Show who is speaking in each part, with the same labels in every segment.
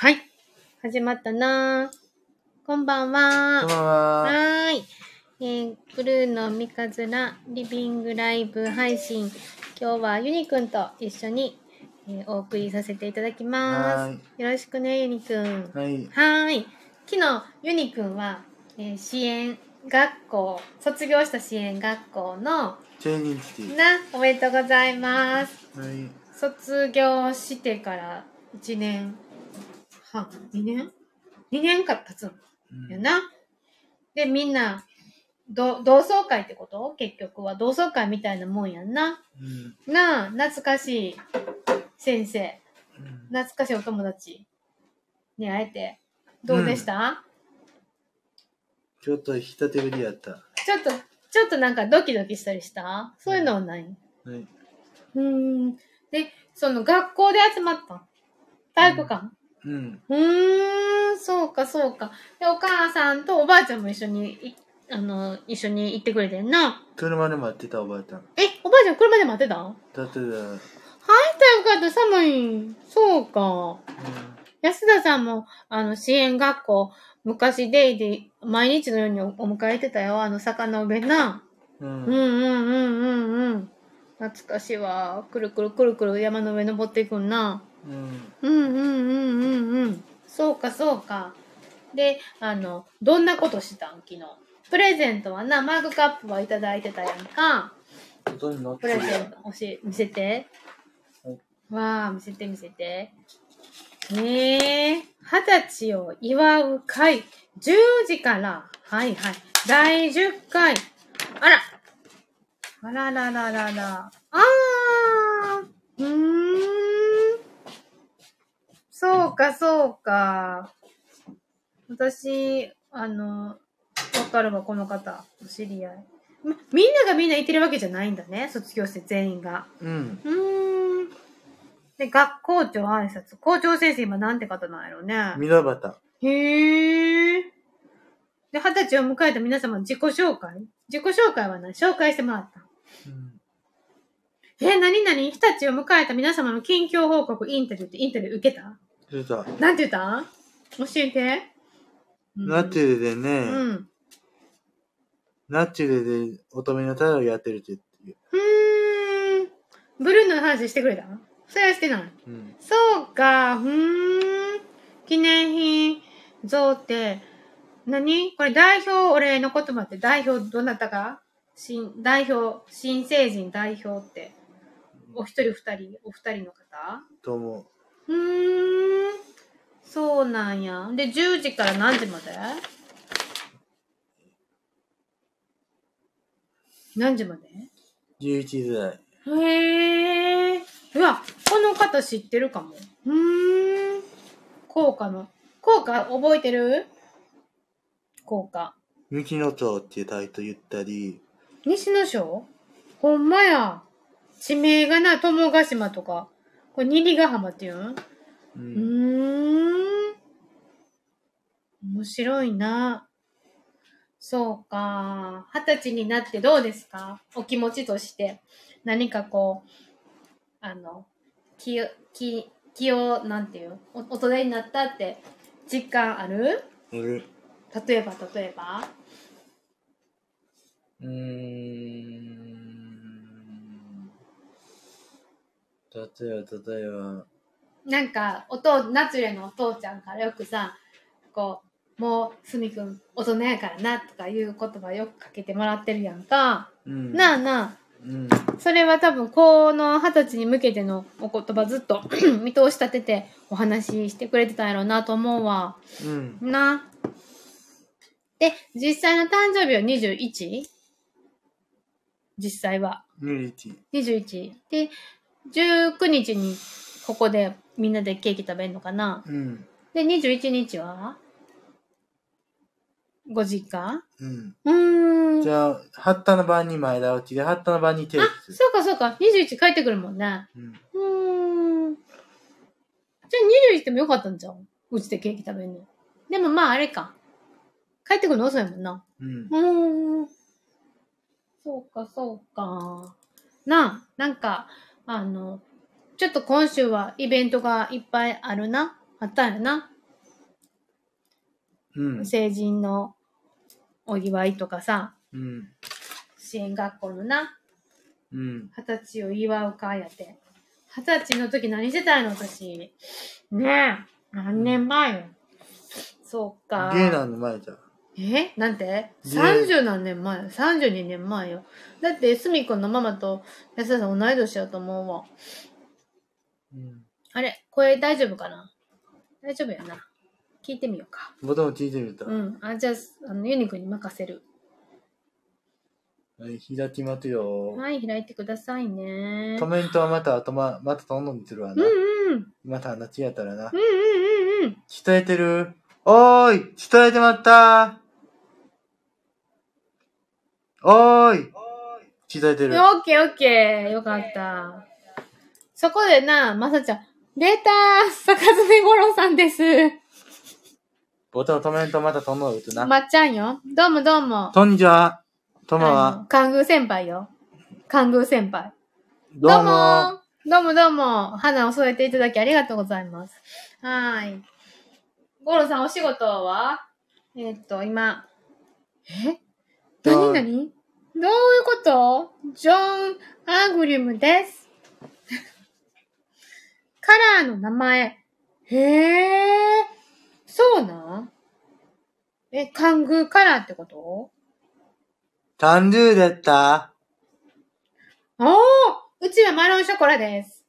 Speaker 1: はい。始まったなーこんばんは
Speaker 2: こんばん
Speaker 1: は
Speaker 2: は。
Speaker 1: ーい。えー、ブルーの三日面リビングライブ配信。今日はユニくんと一緒に、えーお送りさせていただきま
Speaker 2: はー
Speaker 1: す。よろしくね、ユニくん。
Speaker 2: はい。
Speaker 1: はーい。昨日、ユニくんは、えー支援学校、卒業した支援学校の、
Speaker 2: チェイニンティ。
Speaker 1: な、おめでとうございます。
Speaker 2: はい。
Speaker 1: 卒業してから1年半2年 ?2 年か経つん
Speaker 2: うん
Speaker 1: やな、でみんなど同窓会ってこと結局は同窓会みたいなもんやんな
Speaker 2: うん
Speaker 1: なあ懐かしい先生
Speaker 2: うん
Speaker 1: 懐かしいお友達に会えてどうでした、
Speaker 2: ちょっと引き立てぶりやった。は
Speaker 1: ちょっとちょっとなんかドキドキしたりしたそういうのはない、
Speaker 2: い。
Speaker 1: うーんでその学校で集まったん体育館、
Speaker 2: うん。
Speaker 1: うーん、そうか、そうか。で、お母さんとおばあちゃんも一緒に、いあの、一緒に行ってくれてんな。
Speaker 2: 車で待ってたおばあちゃん。
Speaker 1: え、おばあちゃん車で待ってた入っ
Speaker 2: だってだ。うん。
Speaker 1: たよかった、寒い。そうか。安田さんも、あの、支援学校、昔デイで毎日のようにおお迎え行ってたよ。あの、坂の上な。
Speaker 2: うん
Speaker 1: うんうんうんうんうん。懐かしいわ。くるくるくるくる山の上登っていくんな。
Speaker 2: うん。
Speaker 1: うんうんうんうんうんそうかそうかであのどんなことしたん昨日プレゼントはなマグカップはいただいてたやんか
Speaker 2: 音に乗っ
Speaker 1: プ
Speaker 2: て
Speaker 1: レ
Speaker 2: る
Speaker 1: ゼント教え見せて
Speaker 2: はい
Speaker 1: わあ見せて見せてねえ二十歳を祝う会10時からはいはい第10回あらあらららららあーうーんそうかそうか私あのわかるわこの方お知り合いみみんながみんないてるわけじゃないんだね、卒業生全員が。
Speaker 2: うん。
Speaker 1: うーん。で、学校長挨拶。校長先生今なんて方なんやろね。
Speaker 2: ミラバタ。
Speaker 1: へー。で、二十歳を迎えた皆様の自己紹介自己紹介は何紹介してもらった。
Speaker 2: うん。
Speaker 1: え、何々二十歳を迎えた皆様の近況報告、インタビューってインタビュー受けた
Speaker 2: 出た。
Speaker 1: なんて言った教えて。うん
Speaker 2: ナチュルで
Speaker 1: う
Speaker 2: ね、
Speaker 1: ん。
Speaker 2: ナチュルで乙女の太郎やってるって言ってる
Speaker 1: うーん。ブルーノの話してくれたそれはしてない。
Speaker 2: うん。
Speaker 1: そうか、ふーん。記念品贈呈。何これ代表お礼の言葉って代表どなたが新代表、新成人代表って。お一人二人、お二人の方
Speaker 2: と思
Speaker 1: うーん。そうなんや。で、10時から何時まで何時まで
Speaker 2: う。11時台。
Speaker 1: へえ。うわ、この方知ってるかも。うーん。効果の。効果覚えてる効果。
Speaker 2: 雪の町っていうタイトル言ったり、
Speaker 1: 西野省ほんまや。地名がな、友ヶ島とか。これ、二里ヶ浜っていうん
Speaker 2: う。
Speaker 1: うんーん。面白いな。そうか。二十歳になってどうですかお気持ちとして。何かこう、あの、気を、気、気を、なんていうお大人になったって実感ある
Speaker 2: 俺
Speaker 1: 例えば、例えば。
Speaker 2: うーん例えば例えば
Speaker 1: なんか、おと、ナツレのお父ちゃんからよくさ、こう、もう、すみくん、大人やからな、とかいう言葉よくかけてもらってるやんか。
Speaker 2: うん
Speaker 1: なあなあ。
Speaker 2: うん
Speaker 1: それは多分この二十歳に向けてのお言葉ずっと 見通し立ててお話ししてくれてたんやろうなと思うわ。
Speaker 2: うん
Speaker 1: な。で、実際の誕生日は 21? 実際は。
Speaker 2: ミリティ
Speaker 1: 21。で、19日にここでみんなでケーキ食べるのかな。
Speaker 2: うん
Speaker 1: で、21日はご実家
Speaker 2: うん
Speaker 1: うーん。
Speaker 2: じゃあハッタの晩に前倒しでハッタの晩にテイ
Speaker 1: あ、
Speaker 2: クする
Speaker 1: そうかそうか。21帰ってくるもんね。
Speaker 2: うん
Speaker 1: うーん。じゃあ21でもよかったんじゃん。うちでケーキ食べるの。でもまああれか。帰ってくるの遅いもんな。
Speaker 2: うん
Speaker 1: うーん。そうかそうか。なあ、なんか、あの、ちょっと今週はイベントがいっぱいあるな。あったんやな。
Speaker 2: うん。
Speaker 1: 成人のお祝いとかさ、
Speaker 2: うん。
Speaker 1: 支援学校のな、
Speaker 2: うん。
Speaker 1: 二十歳を祝う会やって。二十歳の時何してたんやろ、私。ねえ、何年前よ。そうか。
Speaker 2: ゲイなんの前じゃん。
Speaker 1: えなんて
Speaker 2: ね
Speaker 1: ?30 何年前 ?32 年前よ。だって、すみくんのママと安田さん同い年だと思うわ。
Speaker 2: うん。
Speaker 1: あれ声大丈夫かな大丈夫やな。聞いてみようか。
Speaker 2: 僕も聞いてみた。
Speaker 1: うん。あ、じゃあ、あのユニくんに任せる。
Speaker 2: はい、開きますよ。
Speaker 1: はい、開いてくださいね。
Speaker 2: コメントはまた後ま、またどんどんするわ
Speaker 1: うん
Speaker 2: な。
Speaker 1: うん。うんうん
Speaker 2: また話やったらな。
Speaker 1: うんうん。
Speaker 2: 伝えてるおーい伝えてまったおーい伝えてる。
Speaker 1: オッケーオッケー。よかった。そこでな、まさちゃん。出たー坂爪五郎さんです。
Speaker 2: ボタンコメントまたとんのうとな。
Speaker 1: まっちゃんよ。どうもどうも。
Speaker 2: こんにちは。とも
Speaker 1: あの
Speaker 2: は。
Speaker 1: 関宮先輩よ。関宮先輩。
Speaker 2: どうも
Speaker 1: もどうもどうも。花を添えていただきありがとうございます。はーい。ゴロさんお仕事はえーっと、今。え
Speaker 2: ジョ
Speaker 1: 何
Speaker 2: ン
Speaker 1: 何どういうことジョン・アグリムです。 カラーの名前。へえ、そうなんえ、関宮カラーってこと
Speaker 2: 単純だった
Speaker 1: おーうちはマロンショコラです。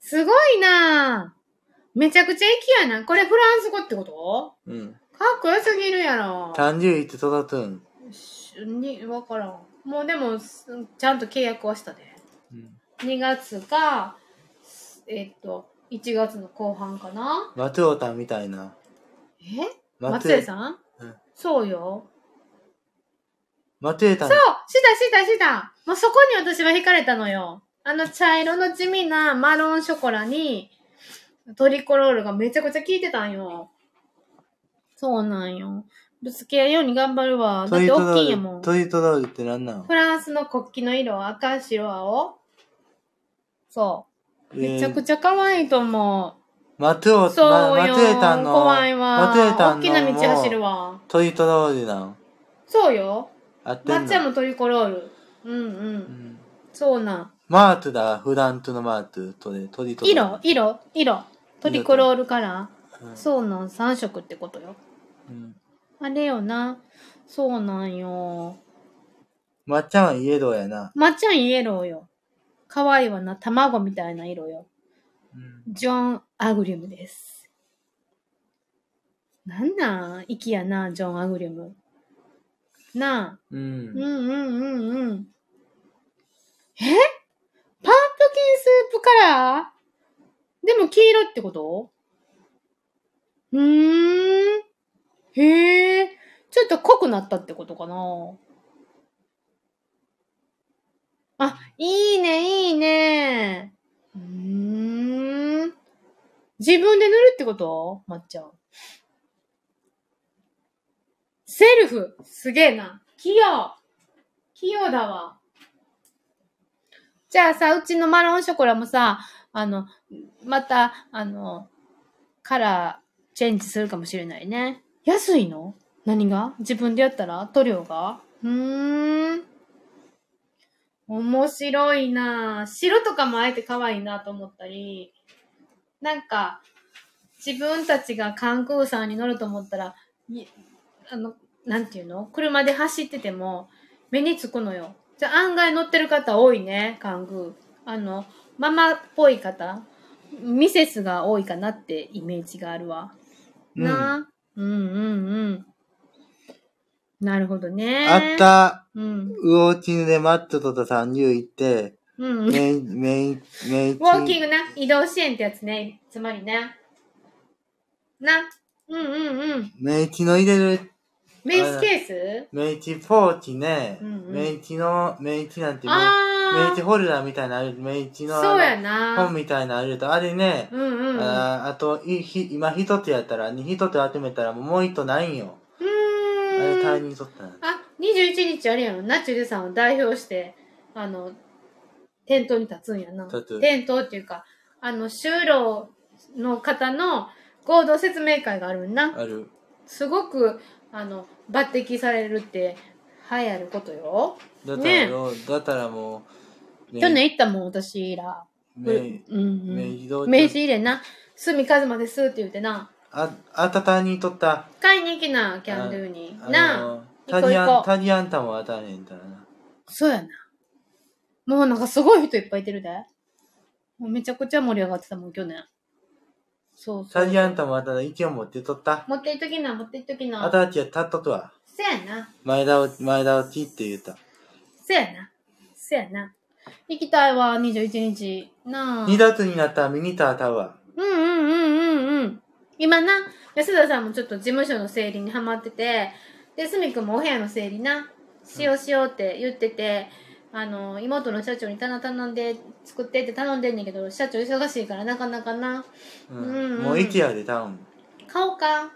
Speaker 1: すごいなぁ。めちゃくちゃ粋やな。これフランス語ってこと
Speaker 2: うん。
Speaker 1: かっこよすぎるやろ。
Speaker 2: 単純言って育つん。
Speaker 1: しに、わからん。もうでも、すちゃんと契約はしたで。
Speaker 2: うん。
Speaker 1: 2月か、すえっと、1月の後半かな。
Speaker 2: 松尾たんみたいな。
Speaker 1: え松江さん、
Speaker 2: うん
Speaker 1: そうよ。
Speaker 2: 松江たん
Speaker 1: そう。したしたしたもうそこに私は惹かれたのよ。あの茶色の地味なマロンショコラにトリコロールがめちゃくちゃ効いてたんよ。そうなんよ。ぶつけ合うように頑張るわ。だ
Speaker 2: ト
Speaker 1: っ
Speaker 2: リ
Speaker 1: て
Speaker 2: ト
Speaker 1: 大
Speaker 2: ロ
Speaker 1: きいん
Speaker 2: ー
Speaker 1: やも
Speaker 2: ル。
Speaker 1: ん。
Speaker 2: トリトロールってなんなの
Speaker 1: フランスの国旗の色は赤、白、青そう。めちゃく
Speaker 2: ちゃ。
Speaker 1: ちゃ可愛いと思
Speaker 2: 松尾、
Speaker 1: う。そう
Speaker 2: ま
Speaker 1: よ。
Speaker 2: 松江たんの。
Speaker 1: 怖いわ。
Speaker 2: 松江たんの。
Speaker 1: 大きな道走る。わ。
Speaker 2: トリトロールなん。
Speaker 1: そうよ。
Speaker 2: あってんの。
Speaker 1: 抹茶もトリコロール。うんう。
Speaker 2: うんん
Speaker 1: そうなん。
Speaker 2: マートだ、フラントのマートとね、トリトロー
Speaker 1: 色
Speaker 2: ル。
Speaker 1: 色色トリコロールカラ
Speaker 2: う
Speaker 1: ー
Speaker 2: ん
Speaker 1: そうなん3色ってことよ
Speaker 2: うん。
Speaker 1: あれよなそうなんよ
Speaker 2: まっちゃんはイエローやな。
Speaker 1: まっちゃんイエローよ可愛いわな卵みたいな色よ
Speaker 2: うん。
Speaker 1: ジョン・アグリムですなんなん息やなジョン・アグリムなあ
Speaker 2: うん
Speaker 1: うんうんうんうんえパンプキンスープカラーでも黄色ってことうーん。へえ。ちょっと濃くなったってことかなあ、いいね、いいね。うーん。自分で塗るってことまっちゃん。セルフすげえな。器用器用だわ。じゃあさ、うちのマロンショコラもさ、あの、また、あの、カラーチェンジするかもしれないね。安いの何が自分でやったら塗料がうーん。面白いなぁ白とかもあえて可愛いなと思ったり、なんか、自分たちが関空さんに乗ると思ったら、いあの、なんていうの車で走ってても目につくのよ。じゃあ案外乗ってる方多いね、関空。あの、ママっぽい方、ミセスが多いかなってイメージがあるわ。
Speaker 2: うん
Speaker 1: なあ、うん、うんうんなるほどね。
Speaker 2: あっ。た、
Speaker 1: うん。
Speaker 2: ウォーキングでマットとた30行って、
Speaker 1: うん。ウォ
Speaker 2: メイン、 メイン、メイン。
Speaker 1: ーキン
Speaker 2: グ。
Speaker 1: グな、移動支援ってやつね、つまりね。な。うんうんうん。
Speaker 2: メイチの入れる、
Speaker 1: メイスケース
Speaker 2: メイチポーチね、
Speaker 1: うんうん
Speaker 2: メイチの、メイチなんてメイ、メ
Speaker 1: あ
Speaker 2: イチ
Speaker 1: あ。
Speaker 2: ホルダーみたいなのある、メイチのあの
Speaker 1: そうやな。
Speaker 2: 本みたいなのあると、あれね、
Speaker 1: うんうん。
Speaker 2: あーあと、いひ今一つやったら、に一つ集めたらもう一つないんよ。
Speaker 1: う
Speaker 2: あれ
Speaker 1: ーん。
Speaker 2: 退任取ったんや
Speaker 1: あ、21日あれやろ、ナチュルさんを代表して、あの、店頭に立つんやな。
Speaker 2: 立つ
Speaker 1: 店頭っていうか、あの、就労の方の合同説明会があるんな。
Speaker 2: ある。
Speaker 1: すごく、あの、抜擢されるって、はい、あることよ。
Speaker 2: だった
Speaker 1: ね
Speaker 2: ら
Speaker 1: え
Speaker 2: よ、だったらもう、ね
Speaker 1: 去年行ったもん、私ら。
Speaker 2: ね
Speaker 1: うんうん、
Speaker 2: ね移動
Speaker 1: 名刺入れな。隅和馬ですって言ってな。
Speaker 2: あ、あたたにとった。
Speaker 1: 買いに行きな、キャンドゥに。
Speaker 2: あ
Speaker 1: なあ。
Speaker 2: のタ
Speaker 1: 行こ
Speaker 2: ニ
Speaker 1: う行
Speaker 2: ア
Speaker 1: こ
Speaker 2: ン、
Speaker 1: う
Speaker 2: タニアンタも当たれへんからな。
Speaker 1: そうやな。もうなんかすごい人いっぱいいてるで。もうめちゃくちゃ盛り上がってたもん、去年。そうそう。
Speaker 2: タニアンタも当たら、一応持ってとった。
Speaker 1: 持っていっときな、持っていっときな。
Speaker 2: あたちは立っととは。
Speaker 1: せやな。
Speaker 2: 前倒し、前倒しって言った。
Speaker 1: せやな。せやな。行きたいわ、21日。なあ。
Speaker 2: 二月になったらミニタータワ
Speaker 1: うんうんうんうんうん。今な、安田さんもちょっと事務所の整理にハマってて、で、すみくんもお部屋の整理な、しようしようって言ってて、あの、妹の社長に棚頼んで、作ってって頼んでんねんけど、社長忙しいからなかなかな。
Speaker 2: ー。
Speaker 1: うんうん
Speaker 2: もう IKEA で頼
Speaker 1: 買おうか。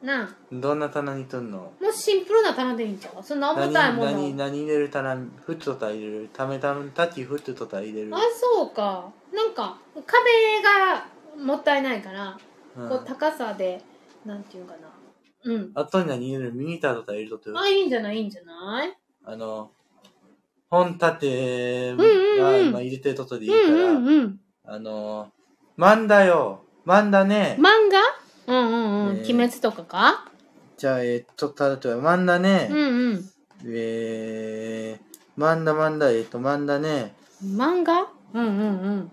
Speaker 1: なあ。
Speaker 2: む。どんな棚にとんの
Speaker 1: もうシンプルな棚でいいんちゃうそんな重
Speaker 2: 何
Speaker 1: たいも
Speaker 2: 何
Speaker 1: の。
Speaker 2: 何入れるたらフットとた入れるためためたちフットとた入れる
Speaker 1: あ、そうか。なんか、壁がもったいないから、
Speaker 2: うん
Speaker 1: こう高さで、なんていうかな。うん。
Speaker 2: あとに何入れるミニターとた入れとって
Speaker 1: あ、いいんじゃないいいんじゃない
Speaker 2: あの本立て
Speaker 1: うんうんうん
Speaker 2: まあ、入れてととでいいから、
Speaker 1: うんうんうん。
Speaker 2: あの漫画よ漫画ね、
Speaker 1: 漫画うんうんうん。
Speaker 2: ね
Speaker 1: 鬼滅とかか
Speaker 2: じゃあえっとたとえ漫画ね、
Speaker 1: うんうん。
Speaker 2: えー、漫画漫画えっと漫画ね
Speaker 1: 漫画うんうんうん。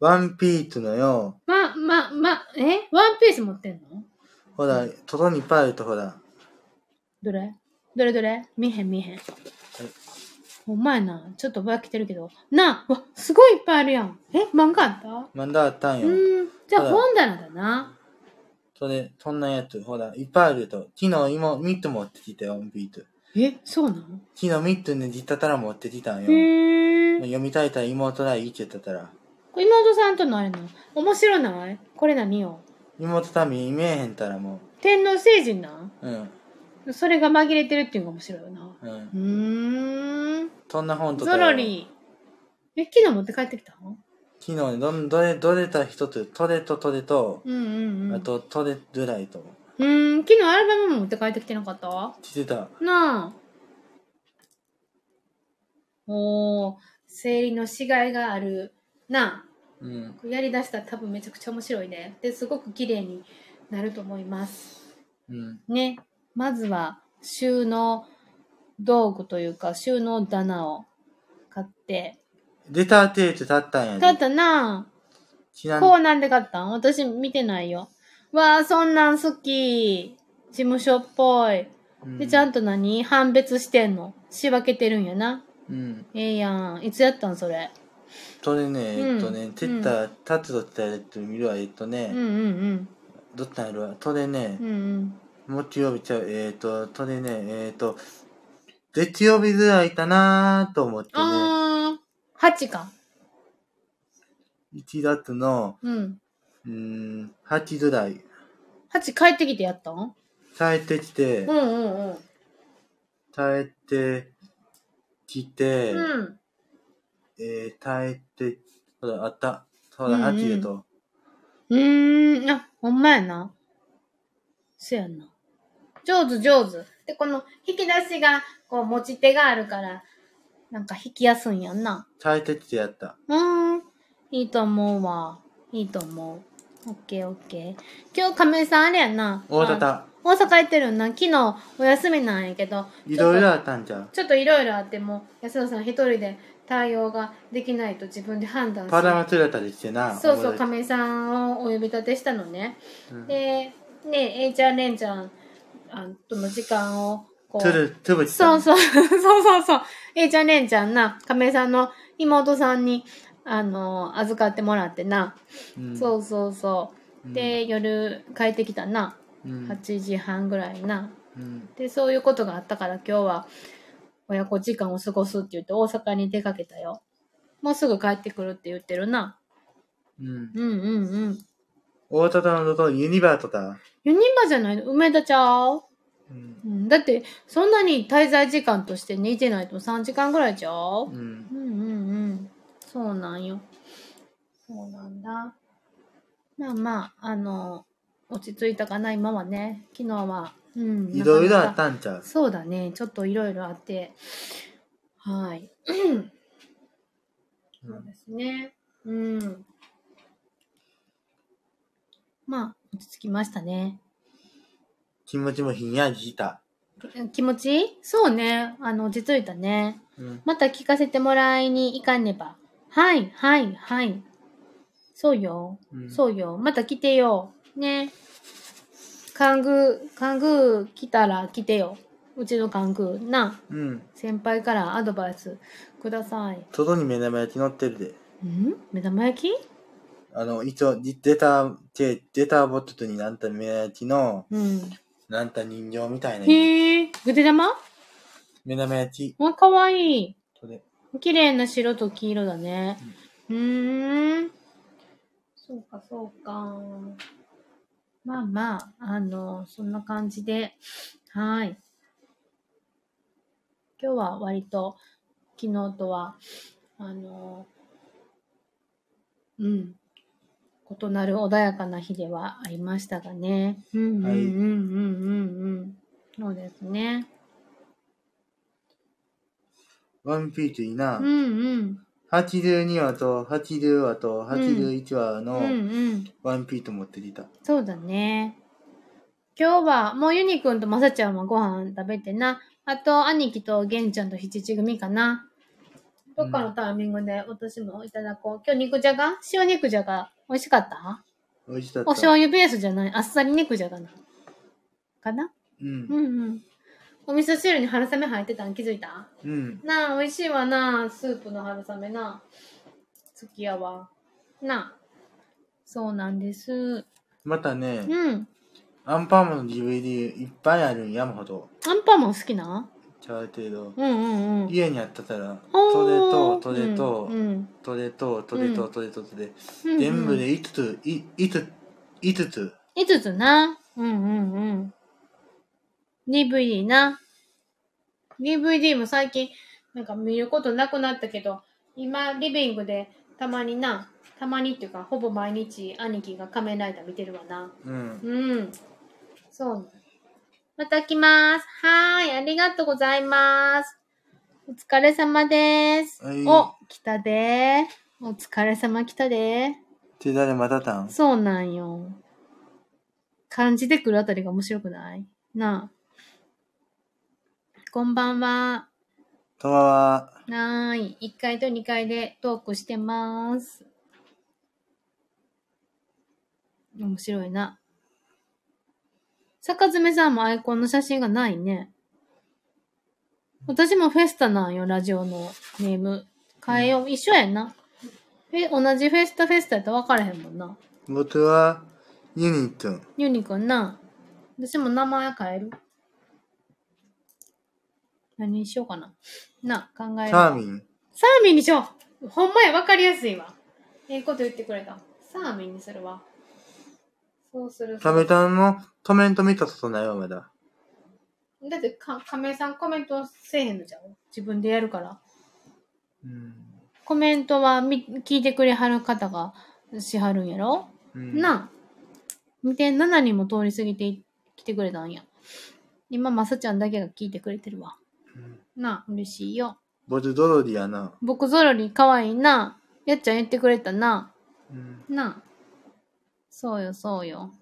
Speaker 2: ワンピースのよ
Speaker 1: ま、ま、ま、えワンピース持ってんの
Speaker 2: ほらととにいっぱいあるとほら
Speaker 1: どれどれどれ見へん見へん。お前な、ちょっとぼやけてるけど。なあ、わ、すごいいっぱいあるやん。え漫画あった
Speaker 2: 漫画あったん
Speaker 1: う
Speaker 2: よ、
Speaker 1: ーん。じゃ
Speaker 2: た
Speaker 1: あ
Speaker 2: だ
Speaker 1: 本棚だな。
Speaker 2: それそんなやつほらいっぱいあると昨日今ミット持ってきたよワンピース
Speaker 1: え、そうなの
Speaker 2: 昨日ミットね実たたら持ってきたんよ、
Speaker 1: へえ。
Speaker 2: 読みたいたら妹らいいって言ったたら
Speaker 1: 妹さんとのあれの面白ないこれ何よ
Speaker 2: 妹たみ見えへんたらも
Speaker 1: 天皇星人なん
Speaker 2: ううん
Speaker 1: それが紛れてるっていうのが面白いよな。
Speaker 2: うん
Speaker 1: うーん。
Speaker 2: そんな本と
Speaker 1: ゾロリー。え、昨日持って帰ってきたの
Speaker 2: 昨日ねどんどれどれた一つトレとトレと、
Speaker 1: うんうんうん。
Speaker 2: あとトレぐらいと
Speaker 1: うーん、昨日アルバムも持って帰ってきてなかったな
Speaker 2: してた
Speaker 1: あ。おー、生理のしがいがある。な
Speaker 2: うん
Speaker 1: あ、やりだしたら多分めちゃくちゃ面白いね。で、すごく綺麗になると思います。
Speaker 2: うん
Speaker 1: ね、まずは収納道具というか収納棚を買って。
Speaker 2: レターテープ立ったんやで
Speaker 1: 買ったなあ。
Speaker 2: ちな
Speaker 1: こ
Speaker 2: み
Speaker 1: うなんで買ったん私見てないよ。わあ、そんなん好き。事務所っぽい。
Speaker 2: に
Speaker 1: で、ちゃんと何判別してんの仕分けてるんやな。
Speaker 2: うん、うん、
Speaker 1: ええやん。いつやったんそれ。
Speaker 2: トレね
Speaker 1: うん
Speaker 2: えっとね、テッタ立つとったやつ見るわえっとね
Speaker 1: うん、うん
Speaker 2: どったんやるわトレね
Speaker 1: うん。うんうん。
Speaker 2: 木曜日ちゃうえっ、とトレねえっ、と月曜日ぐらいかなーと思ってね
Speaker 1: あー、8か。
Speaker 2: 1月の
Speaker 1: うん。
Speaker 2: うーん8ぐらい
Speaker 1: 8帰ってきてやったん
Speaker 2: 帰ってきて、
Speaker 1: うんうんうん。
Speaker 2: 帰ってきて、
Speaker 1: うん。
Speaker 2: えー、帰ってほらあったほ
Speaker 1: うんう
Speaker 2: ら
Speaker 1: ん
Speaker 2: 8だと、
Speaker 1: うーん、あ、ほんまやな。そやな。上手上手。で、この引き出しが、こう持ち手があるから、なんか引きやすいんやんな。
Speaker 2: 帰ってきてやった
Speaker 1: うーん。いいと思うわ。いいと思う。オッケーオッケー。今日亀井さんあれやな。
Speaker 2: 大
Speaker 1: あ
Speaker 2: 田
Speaker 1: 大阪行ってるんな。昨日お休みなんやけど。
Speaker 2: いろ
Speaker 1: ち
Speaker 2: い
Speaker 1: ょ
Speaker 2: ろ
Speaker 1: っ
Speaker 2: あったんじゃん
Speaker 1: と。ちょっといろいろあっても、安田さん一人で対応ができないと自分で判断
Speaker 2: パラマ釣れたりしてな
Speaker 1: そうそう、
Speaker 2: 思い
Speaker 1: 亀井さんをお呼び立てしたのね。
Speaker 2: 出うん
Speaker 1: で、ね、A ちゃん、レンちゃんあんとの時間を、こう。
Speaker 2: つるつぶち
Speaker 1: そ
Speaker 2: さ
Speaker 1: うんそう、そう そうそう。A ちゃん、レンちゃんな、亀井さんの妹さんに、あの、預かってもらってな。
Speaker 2: うん
Speaker 1: そうそうそう。で、夜帰ってきたな。
Speaker 2: うん
Speaker 1: 8時半ぐらいな。
Speaker 2: うん
Speaker 1: で、そういうことがあったから今日は、親子時間を過ごすって言って大阪に出かけたよ。もうすぐ帰ってくるって言ってるな。
Speaker 2: うん
Speaker 1: うんうんうん。
Speaker 2: 大田のどとユニバーとた、
Speaker 1: ユニバじゃない梅田ちゃう
Speaker 2: うん
Speaker 1: うん、だってそんなに滞在時間としてねいてないと3時間ぐらいちゃう
Speaker 2: うん
Speaker 1: うんうんうんそうなんよそうなんだ。まあまあ、あの、落ち着いたかな、今はね。昨日は。うん。
Speaker 2: いろいろあっ
Speaker 1: なか
Speaker 2: たんちゃ
Speaker 1: な
Speaker 2: う
Speaker 1: か。そうだね。ちょっといろいろあって。はい。そうですね。うん。まあ、落ち着きましたね。
Speaker 2: 気持ちもひんやりした。
Speaker 1: 気持ちいいそうね。あの、落ち着いたね。
Speaker 2: うん。
Speaker 1: また聞かせてもらいに行かねば。はい、はい、はい。そうよ。
Speaker 2: うん
Speaker 1: そうよ。また来てよ。ね。関宮、関宮来たら来てよ。うちの関宮。な、
Speaker 2: うん。
Speaker 1: 先輩からアドバイスください。
Speaker 2: 外に目玉焼き乗ってるで。
Speaker 1: ん目玉焼き
Speaker 2: あの、一応、リレター、でレターボットとになんた目玉焼きの、
Speaker 1: うん。
Speaker 2: なんた人形みたいな。
Speaker 1: へえ、ぐで玉
Speaker 2: 目玉焼き。
Speaker 1: わ、かわいい。
Speaker 2: それ。
Speaker 1: 綺麗な白と黄色だね。うーん。そうか、そうか。まあまあ、あの、そんな感じで、はい。今日は割と、昨日とは、あの、うん。異なる穏やかな日ではありましたがね。うんうんうんうん
Speaker 2: はい
Speaker 1: うんうん。そうですね。
Speaker 2: ワンピースいいな。
Speaker 1: うんうん。
Speaker 2: 82話と80話と81話
Speaker 1: う
Speaker 2: の
Speaker 1: んうん。
Speaker 2: ワンピース持ってきた。
Speaker 1: そうだね。今日は、もうユニくんとまさちゃんはご飯食べてな。あと、兄貴とげんちゃんと七ち組かな。どっかのタイミングで私もいただこう。今日肉じゃが塩肉じゃが。美味しかった
Speaker 2: 美味しかった。
Speaker 1: お醤油ベースじゃない。あっさり肉じゃがな。かな
Speaker 2: うん
Speaker 1: う。んうん。お味噌汁に春雨入ってたん気づいた
Speaker 2: うん。
Speaker 1: なあ、美味しいわなあ、スープの春雨なあ。好きやわ。なあ。そうなんです。
Speaker 2: またね、
Speaker 1: うん。
Speaker 2: アンパンマンの DVD いっぱいあるん山ほど。
Speaker 1: アンパンマン好きな
Speaker 2: ちゃうけど、
Speaker 1: うんうんうん。
Speaker 2: 家にあったたら、
Speaker 1: お
Speaker 2: トレ
Speaker 1: ー
Speaker 2: とトレと
Speaker 1: うんうん
Speaker 2: トレとトレとトレとトレ、
Speaker 1: うんうん
Speaker 2: 全部で5つ、い5つ、5つ。
Speaker 1: 5つな。うんうんうん。DVD な。DVD も最近、なんか見ることなくなったけど、今、リビングで、たまにな、たまにっていうか、ほぼ毎日、兄貴が仮面ライダー見てるわな。
Speaker 2: うん。
Speaker 1: うん。そう。また来ます。はーい、ありがとうございます。お疲れ様です。
Speaker 2: はい
Speaker 1: お、来たでー。お疲れ様来たでー。
Speaker 2: 手だれまたたん
Speaker 1: そうなんよ。感じてくるあたりが面白くないなあ。こんばんは。
Speaker 2: とまは、
Speaker 1: なーい。1階と2階でトークしてます。面白いな。坂爪さんもアイコンの写真がないね。私もフェスタなんよ、ラジオのネーム。変えよう。一緒やんな。え、同じフェスタフェスタやったら分からへんもんな。
Speaker 2: 僕は、ユニットン。
Speaker 1: ユニくんな、私も名前変える。何にしようかな。な、考える。
Speaker 2: サーミン。
Speaker 1: サーミンにしようほんまや、わかりやすいわ。ええこと言ってくれた。サーミンにするわ。そうする。
Speaker 2: サメタンのコメント見たことないわ、まだ。
Speaker 1: だってか、亀井さんコメントせえへんのじゃん。自分でやるから。
Speaker 2: うん。
Speaker 1: コメントはみ聞いてくれはる方がしはるんやろ、
Speaker 2: うん、
Speaker 1: なあ。見て、7人も通り過ぎてい来てくれたんや。今、まさちゃんだけが聞いてくれてるわ。
Speaker 2: うん
Speaker 1: なあ、嬉しいよ。
Speaker 2: ボルドロリやな。
Speaker 1: 僕ゾロリ可愛いな。やっちゃん言ってくれたな。
Speaker 2: うん。
Speaker 1: なあ。そうよ、そうよ。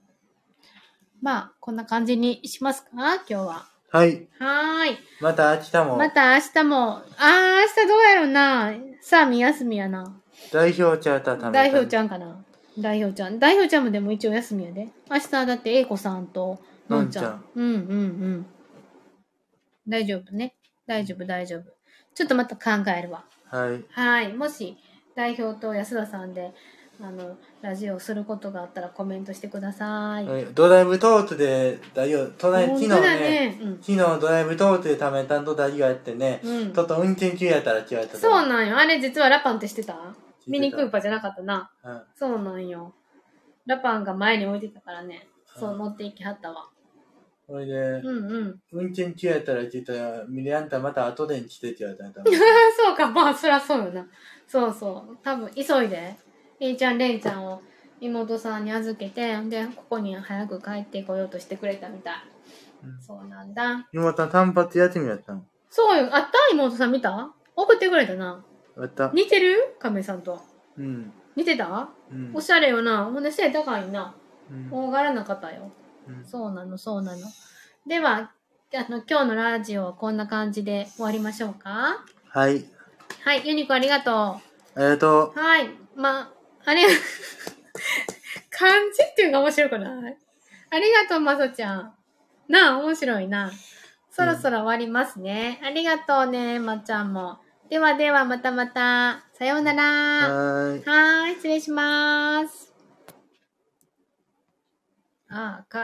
Speaker 1: まあ、こんな感じにしますか今日は。
Speaker 2: はい。
Speaker 1: はーい。
Speaker 2: また明日も
Speaker 1: また明日も、あー、明日どうやろうな。サーミン休みやな。
Speaker 2: 代表ちゃうたため
Speaker 1: 代表ち
Speaker 2: ゃ
Speaker 1: ゃんかな。代表ちゃん。代表ちゃんもでも一応休みやで。明日だって、英子さんと、のんちゃん。
Speaker 2: のんち
Speaker 1: うんうんうん。大丈夫ね。大丈夫、大丈夫。ちょっとまた考えるわ。
Speaker 2: はい。
Speaker 1: はい。もし、代表と安田さんで、あの、ラジオをすることがあったらコメントしてください。
Speaker 2: はいドライブトークで代表、隣、
Speaker 1: 本
Speaker 2: 昨日
Speaker 1: 当だ
Speaker 2: ね、
Speaker 1: ね。うん
Speaker 2: 昨日ドライブトークでためたんと代表やってね、
Speaker 1: うん
Speaker 2: ちょっと運転中やったら違ったと
Speaker 1: そう
Speaker 2: う
Speaker 1: なんよ。あれ実はラパンってしてたミニクーパーじゃなかったな。
Speaker 2: なうん。
Speaker 1: そうなんよ。ラパンが前に置いてたからね。そうう、
Speaker 2: ん
Speaker 1: 乗っていきはったわ。
Speaker 2: それで、
Speaker 1: うんうん。
Speaker 2: 運転中やったらって言ったら、ミリあんたまた後 でに来てって言われたんだ
Speaker 1: そうか、まあ、そりゃそうよな。そうそう。多分、急いで。えいちゃん、れいちゃんを妹さんに預けて、で、ここに早く帰ってこようとしてくれたみたい。
Speaker 2: うん
Speaker 1: そうなんだ。
Speaker 2: 妹は単発やってみようやったの。
Speaker 1: そうよ。あった妹さん見た送ってくれたな。
Speaker 2: やった。
Speaker 1: 似てる亀さんと。
Speaker 2: うん。
Speaker 1: 似てた
Speaker 2: うん。
Speaker 1: おしゃれよな。ほんで背高いな。
Speaker 2: うん
Speaker 1: 大柄な方よ。
Speaker 2: うん
Speaker 1: そうなの、そうなの。では、あの、今日のラジオはこんな感じで終わりましょうか。
Speaker 2: はい。
Speaker 1: はい、ユニコありがと
Speaker 2: ありがと
Speaker 1: う。はい、まあ、あれ、漢字っていうのが面白くないありがとう、まさちゃん。なあ、面白いな。そろそろ終わりますね。ありがとうね、まっちゃんも。ではでは、またまた。さような
Speaker 2: う。
Speaker 1: ら。
Speaker 2: はーい。
Speaker 1: はーい、失礼します。ああ、か。